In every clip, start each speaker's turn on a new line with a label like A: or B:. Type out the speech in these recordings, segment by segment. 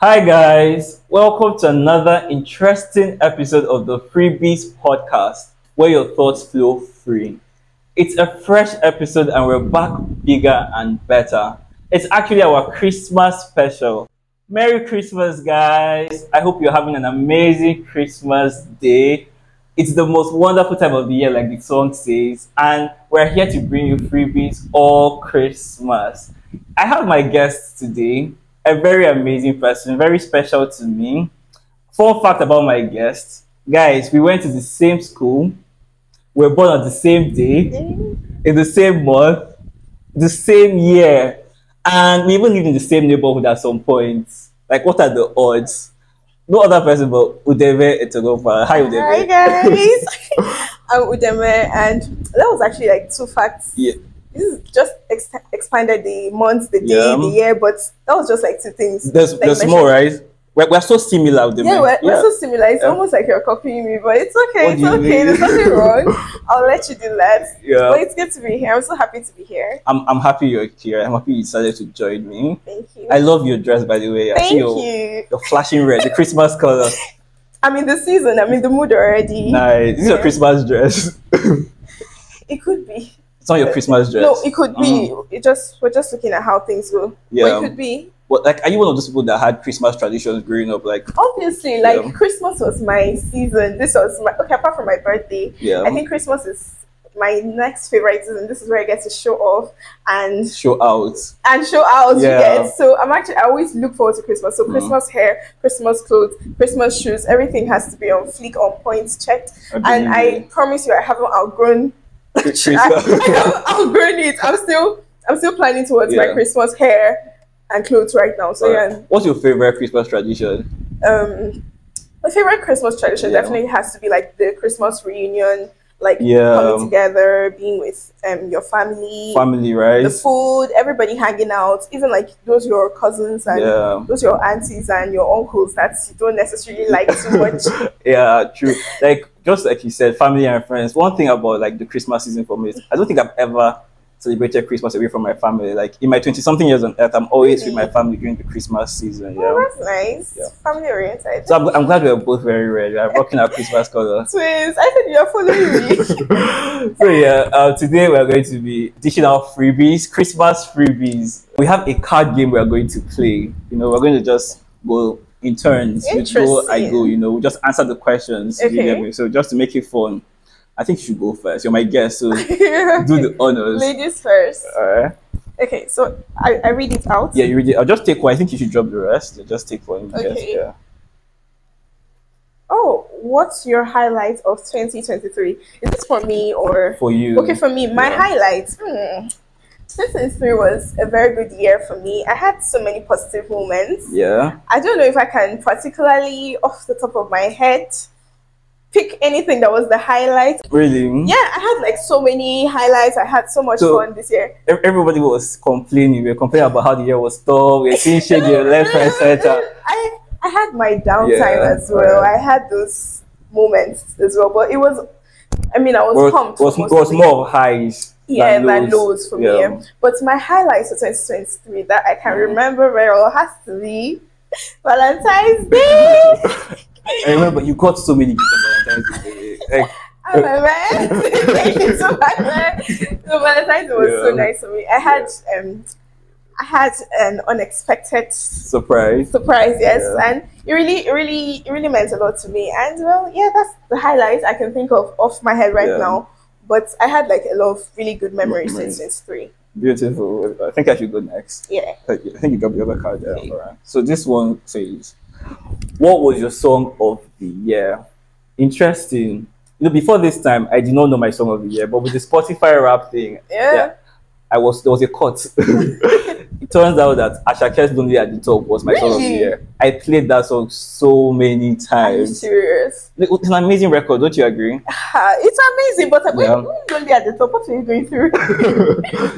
A: Hi, guys. Welcome to another interesting episode of the Freebies podcast where your thoughts flow free. It's a fresh episode and we're back bigger and better. It's actually our Christmas special. Merry Christmas, guys. I hope you're having an amazing Christmas day. It's the most wonderful time of the year, like the song says, and we're here to bring you freebies all Christmas. I have my guest today, a very amazing person, very special to me. Fun fact about my guest guys, we went to the same school, we were born on the same day, in the same month, the same year, and we even lived in the same neighborhood at some point. Like, what are the odds? No other person but Udeve Etogofa. Hi, Udeve.
B: Hi guys, I'm Udeme, and that was actually like two facts.
A: Yeah.
B: This is just ex- expanded the month, the day,
A: Yeah.
B: the year, but that was just like two things.
A: There's,
B: like
A: there's
B: mentioned.
A: more, right? We're, we're so similar, Udeve.
B: Yeah, we're, we're so similar. It's
A: Yeah.
B: almost like you're copying me, but it's okay.
A: What
B: it's
A: do you
B: okay.
A: mean?
B: There's nothing wrong. I'll let you do that.
A: Yeah.
B: But it's good to be here. I'm so happy to be here.
A: I'm, I'm happy you're here. I'm happy you decided to join me.
B: Thank you.
A: I love your dress, by the way. I see
B: Thank
A: your-
B: you.
A: You're flashing red, the Christmas color.
B: I'm in the season. I'm in the mood already.
A: Nice. This is your
B: Yeah.
A: Christmas dress. it's
B: It could be.
A: not your Christmas dress.
B: No, it could be. It just we're just looking at how things go.
A: Mm-hmm. Yeah.
B: But it could be.
A: But like, are you one of those people that had Christmas traditions growing up? Like,
B: obviously like
A: Yeah.
B: christmas was my season this was my okay apart from my birthday
A: yeah,
B: i think christmas is my next favorite season this is where i get to show off and
A: show out.
B: and show out
A: Yeah.
B: you get so i'm actually i always look forward to christmas so
A: Mm.
B: christmas hair christmas clothes christmas shoes everything has to be on fleek on point checked and i
A: Mm-hmm.
B: promise you i haven't outgrown
A: Christmas.
B: I, I haven't outgrown it i'm still i'm still planning towards my
A: Yeah.
B: christmas hair and clothes right now so yeah
A: What's your favorite Christmas tradition?
B: um my favorite Christmas tradition
A: Yeah.
B: definitely has to be like the Christmas reunion, like
A: Yeah.
B: coming together, being with um your family,
A: Family, right?
B: the food, everybody hanging out, even like those your cousins and
A: yeah.
B: those your aunties and your uncles that you don't necessarily like too much.
A: yeah, true. Like just like you said, family and friends. One thing about like the Christmas season for me is I don't think I've ever celebrated Christmas away from my family. Like in my twenty something years on earth, I'm always with
B: Really?
A: my family during the Christmas season. Yeah.
B: Oh, that's nice.
A: Yeah.
B: Family oriented.
A: So I'm, I'm glad we are both very red. We are rocking our Christmas colors.
B: Twins, I said you're following me.
A: so yeah, uh, today we are going to be dishing out freebies, Christmas freebies. We have a card game we are going to play. You know, we're going to just go in turns. You go, I go.
B: Interesting.
A: You know, we just answer the questions. you
B: Okay.
A: get me? So just to make it fun, I think you should go first. You're my guest, so do the honors.
B: Ladies first.
A: Alright.
B: Okay, so I, I read it out.
A: yeah, you really. I'll just take one. I think you should drop the rest. I'll just take one. Yes,
B: Okay.
A: yeah.
B: Oh, what's your highlight of 2023? Is this for me or
A: For you.
B: okay for me? My
A: Yeah.
B: highlight. Hmm. 2023 was a very good year for me. I had so many positive moments.
A: Yeah.
B: I don't know if I can particularly off the top of my head pick anything that was the highlight.
A: Really.
B: Yeah, I had like so many highlights. I had so much
A: So-
B: fun this year.
A: ev- everybody was complaining. We were complaining about how the year was tough. We were seeing shady on left, right, center.
B: I I had my downtime
A: Yeah,
B: as well.
A: yeah.
B: I had those moments as well, but it was. I mean, I was
A: Was,
B: pumped.
A: was,
B: for most
A: was
B: of it.
A: more of highs
B: yeah,
A: than lows.
B: than lows for me.
A: yeah.
B: yeah. But my highlights of 2023 that I can
A: Mm.
B: remember very well has to be Valentine's Day.
A: I remember you got so many gifts on Valentine's Day. Like,
B: I'm a man. Thank you so much, man. So Valentine's Day was so
A: Yeah.
B: nice for me. I had um, I had an unexpected
A: surprise.
B: surprise. Yes,
A: Yeah.
B: and it really, it really, it really meant a lot to me. And well, yeah, that's the highlight I can think of off my head right
A: Yeah.
B: now. But I had like a lot of really good memories
A: Memories.
B: since 2023.
A: Beautiful. I think I should go next.
B: Yeah.
A: I think you got the other card there.
B: Okay.
A: Alright. So this one says, "What was your song of the year?" Interesting. You know, before this time, I did not know my song of the year, but with the Spotify rap thing,
B: Yeah.
A: Yeah. I was there was a cut. it turns out that Ashake's Lonely at the Top was my song of the
B: Really?
A: year. I played that song so many
B: Are you
A: times.
B: serious?
A: It's an amazing record, don't you agree?
B: Ah, it's amazing, but I'm
A: Yeah.
B: going to be at the top. What are you going through?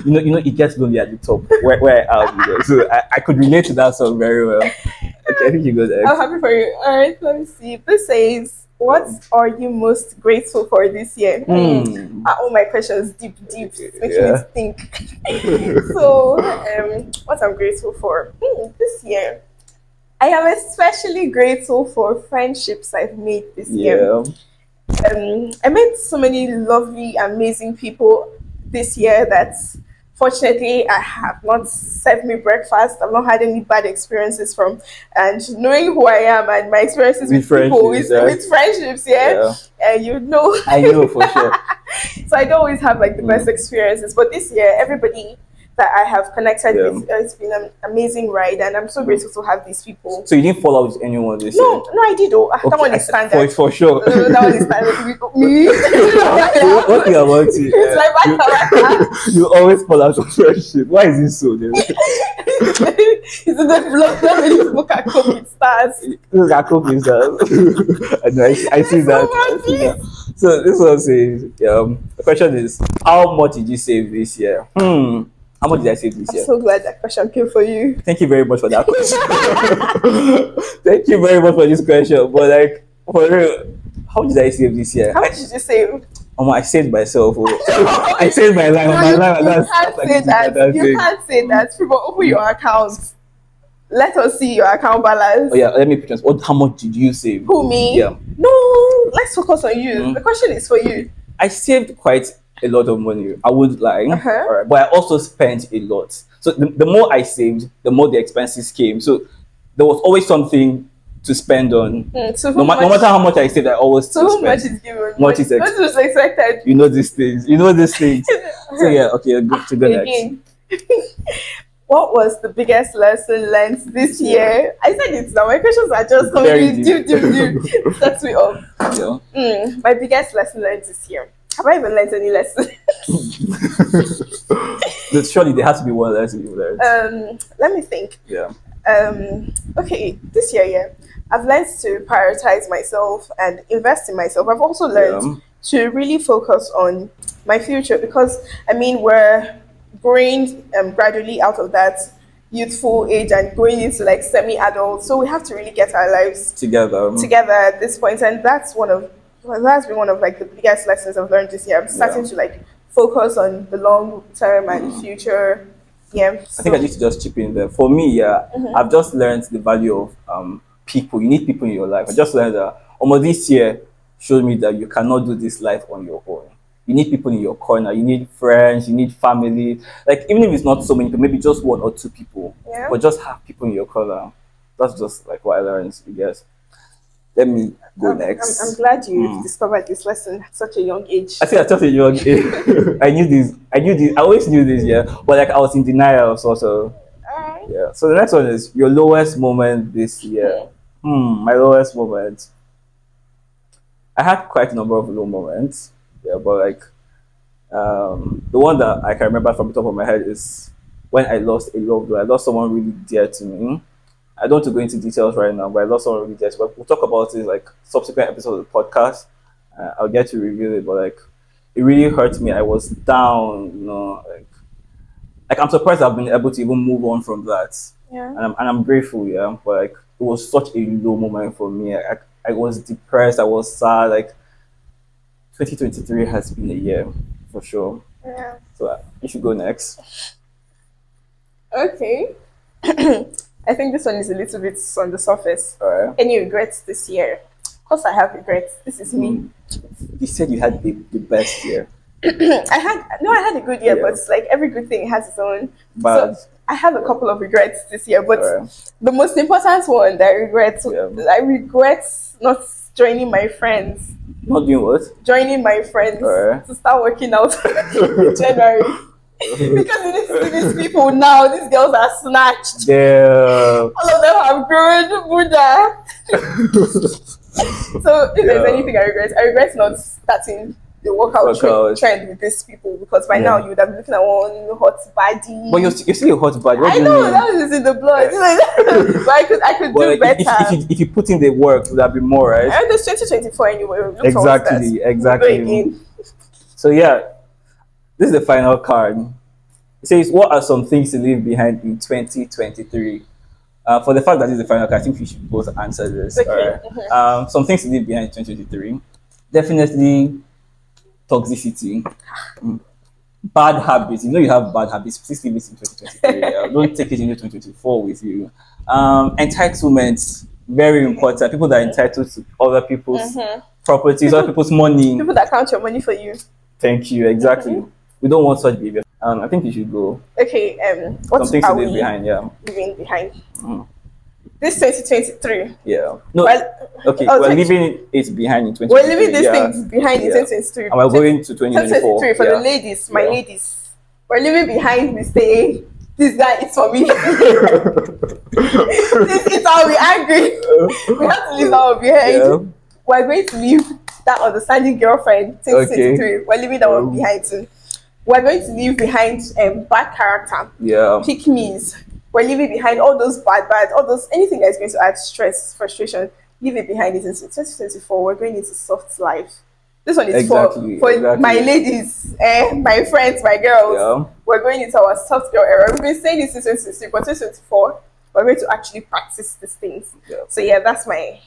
A: you know, you know, it gets lonely at the top where, where I am. you know. So I, I could relate to that song very well. Okay, I think you go there.
B: I'm happy for you. All right, let me see. This says, What are you most grateful for this year? Hmm.
A: Hmm.
B: Ah, all my questions deep, deep, making
A: Yeah.
B: me think. so, um, what I'm grateful for hmm, this year. I am especially grateful for friendships I've made this year.
A: Yeah.
B: Um, I met so many lovely, amazing people this year that fortunately I have not served me breakfast. I've not had any bad experiences from. And knowing who I am and my experiences
A: With
B: with, people,
A: friendships,
B: with,
A: yeah.
B: with friendships, yeah,
A: yeah.
B: and you know
A: I know for sure.
B: so I don't always have like the
A: Mm.
B: best experiences, but this year everybody that I have connected
A: Yeah.
B: with, uh, it's been an amazing ride, and I'm so
A: Mm.
B: grateful to have these people.
A: So you didn't fall out with anyone this
B: No,
A: year?
B: no, I did. Oh, that
A: Okay,
B: one
A: I-
B: is standard.
A: For, for sure.
B: Uh, that one is standard. Me,
A: what, what thing about you?
B: It's
A: uh,
B: my bad,
A: you-
B: my
A: you, always fall out of friendship. Why is it so? Then?
B: it's in the blog. Not really look at COVID stars.
A: Look, I cope with that. I know, I, see- I see
B: Oh
A: that. I see that. So this one says, um, the question is, how much did you save this year? Hmm. How much did I save this
B: I'm
A: year?
B: so glad that question came for you.
A: Thank you very much for that question. Thank you very much for this question. But like, for real, how did I save this year?
B: How much did you save?
A: Um, I saved myself. oh. I saved my life. my
B: you,
A: life.
B: you
A: that's,
B: can't
A: that's
B: say
A: like
B: that. You
A: thing.
B: can't say that. People, open your accounts. Let us see your account balance.
A: Oh yeah, let me put this. What? How much did you save?
B: Who me?
A: Yeah,
B: No, let's focus on you.
A: Mm.
B: The question is for you.
A: I saved quite a lot of money. I would lie,
B: Uh-huh.
A: Alright, but I also spent a lot. So the, the more I saved, the more the expenses came. So there was always something to spend on.
B: Mm, so
A: No, ma-
B: much,
A: no matter how much I saved, I always
B: so who
A: spent.
B: much is given?
A: Much is ex-
B: what was expected?
A: you know these things. You know these things. so yeah, okay, good to go next.
B: Again. what was the biggest lesson learned this year? I said it now. My questions are just
A: Very
B: coming deep, deep, deep, deep. That's me off.
A: Yeah.
B: Mm, my biggest lesson learned this year. Have I even learned any lesson?
A: But surely there has to be one lesson you learned.
B: um, let me think.
A: yeah.
B: um okay this year yeah i've learned to prioritize myself and invest in myself i've also learned
A: Yeah.
B: to really focus on my future because i mean we're growing um, gradually out of that youthful age and going into like semi-adult so we have to really get our lives
A: Together.
B: together at this point and that's one of well, that's been one of like the biggest lessons i've learned this year i'm starting to like focus on the long term and future yeah
A: I think I
B: so-
A: need to just chip in there. For me, yeah,
B: Mm-hmm.
A: I've just learned the value of um, people. You need people in your life. I just learned that almost this year showed me that you cannot do this life on your own. You need people in your corner. You need friends. You need family. Like even if it's not so many people, maybe just one or two people,
B: yeah
A: but just have people in your corner. That's just like what I learned. I guess. Let me go
B: I'm, I'm-
A: next.
B: I'm, glad you
A: Mm.
B: discovered this lesson at such a young age.
A: I think I just a young age. I knew this. I knew this. I always knew this. Yeah, but like I was in denial. So so.
B: Alright.
A: Yeah. So the next one is your lowest moment this year. Hmm, my lowest moment. I had quite a number of low moments. Yeah, but like um, the one that I can remember from the top of my head is when I lost a loved one. I lost someone really dear to me. I don't want to go into details right now, but I lost someone really dear. to me. We'll talk about it like subsequent episodes of the podcast. Uh, I'll get to review it, but like it really hurt me. I was down, you know, like like I'm surprised I've been able to even move on from that
B: Yeah.
A: and I'm, and I'm grateful, yeah. But like, it was such a low moment for me. I, I was depressed. I was sad. Like, 2023 has been a year for sure.
B: yeah.
A: So uh, you should go next.
B: Okay. I think this one is a little bit on the surface.
A: All right.
B: Any regrets this year? Of course, I have regrets. This is
A: Hmm.
B: me.
A: You said you had the, the best year.
B: I had no, I had a good year,
A: Yeah.
B: but it's like every good thing has its own.
A: Bad.
B: I have a couple of regrets this year, but
A: All right.
B: the most important one that I regret,
A: Yeah.
B: I regret not joining my friends,
A: Not doing what?
B: joining my friends
A: Alright.
B: to start working out in January. because you need to see these people now. These girls are snatched.
A: Damn.
B: All of them have grown Buddha. So if there's
A: Yeah.
B: anything I regret, I regret not starting the workout tre-
A: Workout.
B: trend with these people because by now
A: Yeah.
B: you would have been looking at one hot body.
A: but you're, st- you're still a hot bad. What
B: I
A: do you
B: know
A: mean?
B: that was in the blood. but I could I could
A: But
B: do
A: like, if,
B: better.
A: if, if, you, if you put in the work, it would have been more, right?
B: and it's 2024 anyway. Look towards that.
A: Exactly.
B: We'll go
A: Exactly.
B: again.
A: So yeah, this is the final card. It says, "What are some things to leave behind in 2023?" Uh, for the fact that this is the final card, I think we should both answer this.
B: Okay.
A: alright?
B: Mhm.
A: Um, some things to leave behind in 2023. Definitely toxicity. Mm. bad habits. You know you have bad habits. Please leave it in 2023. Uh, Don't take it into 2024 with you. Um, entitlement, very important. People that are entitled to other people's
B: Mhm.
A: properties, other people's money.
B: People that count your money for you.
A: Thank you. Exactly.
B: Mhm.
A: We don't want such behavior. Um, I think you should go.
B: Okay, um, what
A: Something
B: are
A: to
B: we
A: leave behind. Yeah.
B: leaving behind?
A: Mm.
B: This 2023.
A: Yeah. No.
B: Well,
A: okay.
B: oh,
A: we're
B: twenty-
A: leaving it behind in 2023.
B: we're leaving these
A: yeah.
B: things behind in
A: Yeah.
B: 2023.
A: And we're going to 2024.
B: 2023 for
A: yeah.
B: the ladies, my
A: Yeah.
B: ladies. We're leaving behind. We say this guy is for me. this is how we angry. We have to leave our behind.
A: Yeah.
B: We're going to leave that understanding girlfriend. 2023. We're leaving that
A: Um.
B: one behind too. We're going to leave behind um, bad character,
A: Yeah.
B: pick me's. We're leaving behind all those bad, bad, all those anything that's going to add stress, frustration. Leave it behind. It in 2024. We're going into soft life. This one is
A: Exactly,
B: for, for
A: exactly.
B: my ladies, eh, my friends, my girls
A: Yeah.
B: we're going into our soft girl era. We've been saying this since 2023, but 2024, we're going to actually practice these things.
A: Yeah.
B: So yeah, that's my,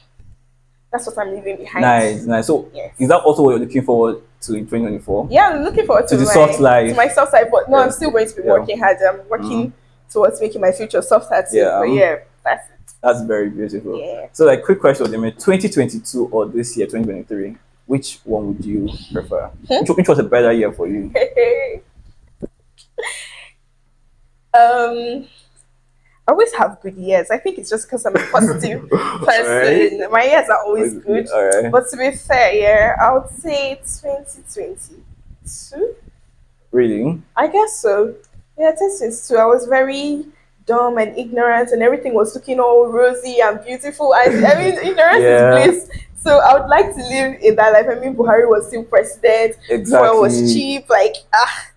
B: that's what I'm leaving behind.
A: Nice, nice. So
B: Yes.
A: is that also what you're looking forward to in 2024?
B: Yeah, I'm looking forward
A: To
B: to,
A: the
B: my,
A: soft life.
B: to my soft life, but no,
A: Yeah.
B: I'm still going to be
A: Yeah. Mm-hmm.
B: working hard. I'm working towards making my future softer too.
A: Yeah. um,
B: But yeah, that's it.
A: That's very beautiful.
B: Yeah.
A: So like quick question, Demi, 2022 or this year, 2023, which one would you prefer?
B: Hmm?
A: Which, which was a better year for you?
B: um, I always have good years. I think it's just because I'm a positive person. My years are always good.
A: All right.
B: But to be fair, yeah, I would say 2022.
A: Really?
B: I guess so. Yeah, 2022. I was very dumb and ignorant, and everything was looking all rosy and beautiful. I, I mean, ignorance
A: Yeah.
B: is bliss. So I would like to live in that life. I mean, Buhari was still president.
A: Exactly.
B: Fuel was cheap. Like ah.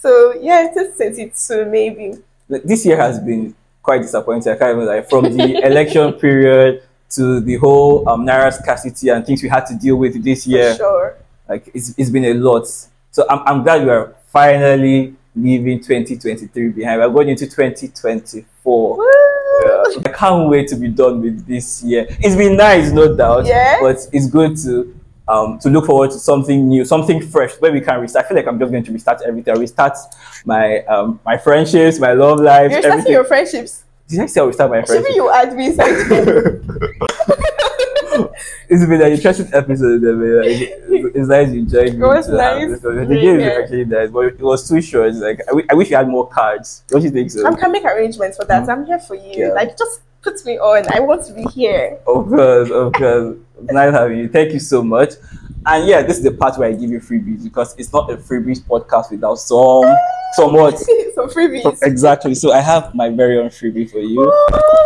B: So yeah, 2022 maybe.
A: Like, This year has been quite disappointing. I can't even like from the election period to the whole um, Naira scarcity and things we had to deal with this year.
B: For sure.
A: Like it's, it's been a lot. So I'm, I'm glad we are finally leaving 2023 behind. We're going into 2024.
B: Woo!
A: Yeah. I can't wait to be done with this year. It's been nice, no doubt.
B: Yeah.
A: But it's good to um to look forward to something new, something fresh where we can restart. I feel like I'm just going to restart everything. I restart my um my friendships, my love life,
B: You're starting
A: everything.
B: your friendships.
A: Did I say I will start my
B: Should be
A: friendship?
B: you add me something.
A: It's been an interesting episode. I mean, like, it's, it's nice you joined me.
B: It was
A: to have
B: nice
A: this conversation. The
B: being
A: game is
B: here.
A: actually nice, but it was too short. It's Like I wi- I wish you had more cards. Don't you think so?
B: I can make arrangements for that. I'm here for you.
A: Yeah.
B: Like, just put me on. I want to be here.
A: Of course, of course. nice having you. Thank you so much. And yeah, this is the part where I give you freebies because it's not a freebies podcast without some somewhat.
B: so freebies.
A: Exactly. So I have my very own freebie for you,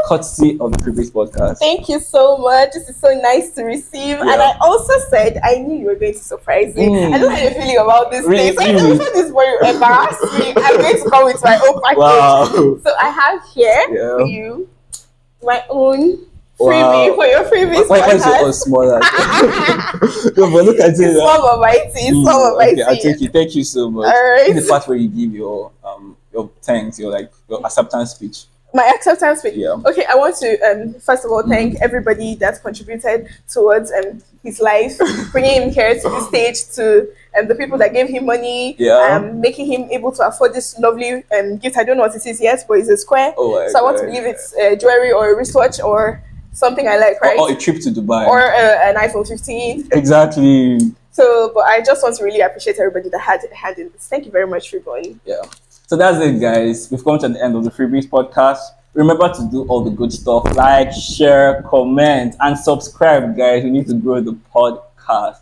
A: courtesy of the freebies podcast.
B: Thank you so much. This is so nice to receive. And
A: Yeah.
B: I also said I knew you were going to surprise me.
A: Mm.
B: I don't have a feeling about this
A: Really? Mm.
B: thing. So if you do this boy you embarrass me, I'm going to come with my own package.
A: Wow.
B: So I have here for
A: Yeah.
B: you my own freebie
A: Wow.
B: for your freebies.
A: Why why is it
B: podcast.
A: all smaller? no, but look at
B: It's
A: it.
B: small but mighty. It's
A: Mm,
B: small but mighty.
A: okay, I take it. Thank you so much.
B: All right.
A: This is the part where you give your um your thanks, your like your acceptance speech.
B: my acceptance speech.
A: Yeah.
B: Okay, I want to um, first of all thank everybody that contributed towards um, his life, bringing him here to the stage, to um, the people that gave him money,
A: Yeah.
B: um, making him able to afford this lovely um, gift. I don't know what it is yet, but it's a square.
A: Oh, my
B: so I want to
A: God.
B: believe it's uh, jewelry or a wristwatch or something I like, right?
A: Or, or a trip to Dubai.
B: or uh, an iPhone 15.
A: exactly.
B: So, but I just want to really appreciate everybody that had a hand in this. Thank you very much, Reborn.
A: yeah. So that's it, guys. We've come to the end of the Freebies podcast. Remember to do all the good stuff like, share, comment, and subscribe, guys. We need to grow the podcast.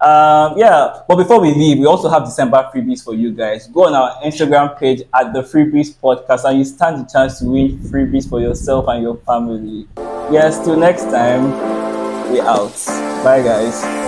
A: Um, yeah, but before we leave, we also have December freebies for you guys. Go on our Instagram page at the Freebies Podcast and you stand the chance to win freebies for yourself and your family. Yes, till next time, we out. Bye, guys.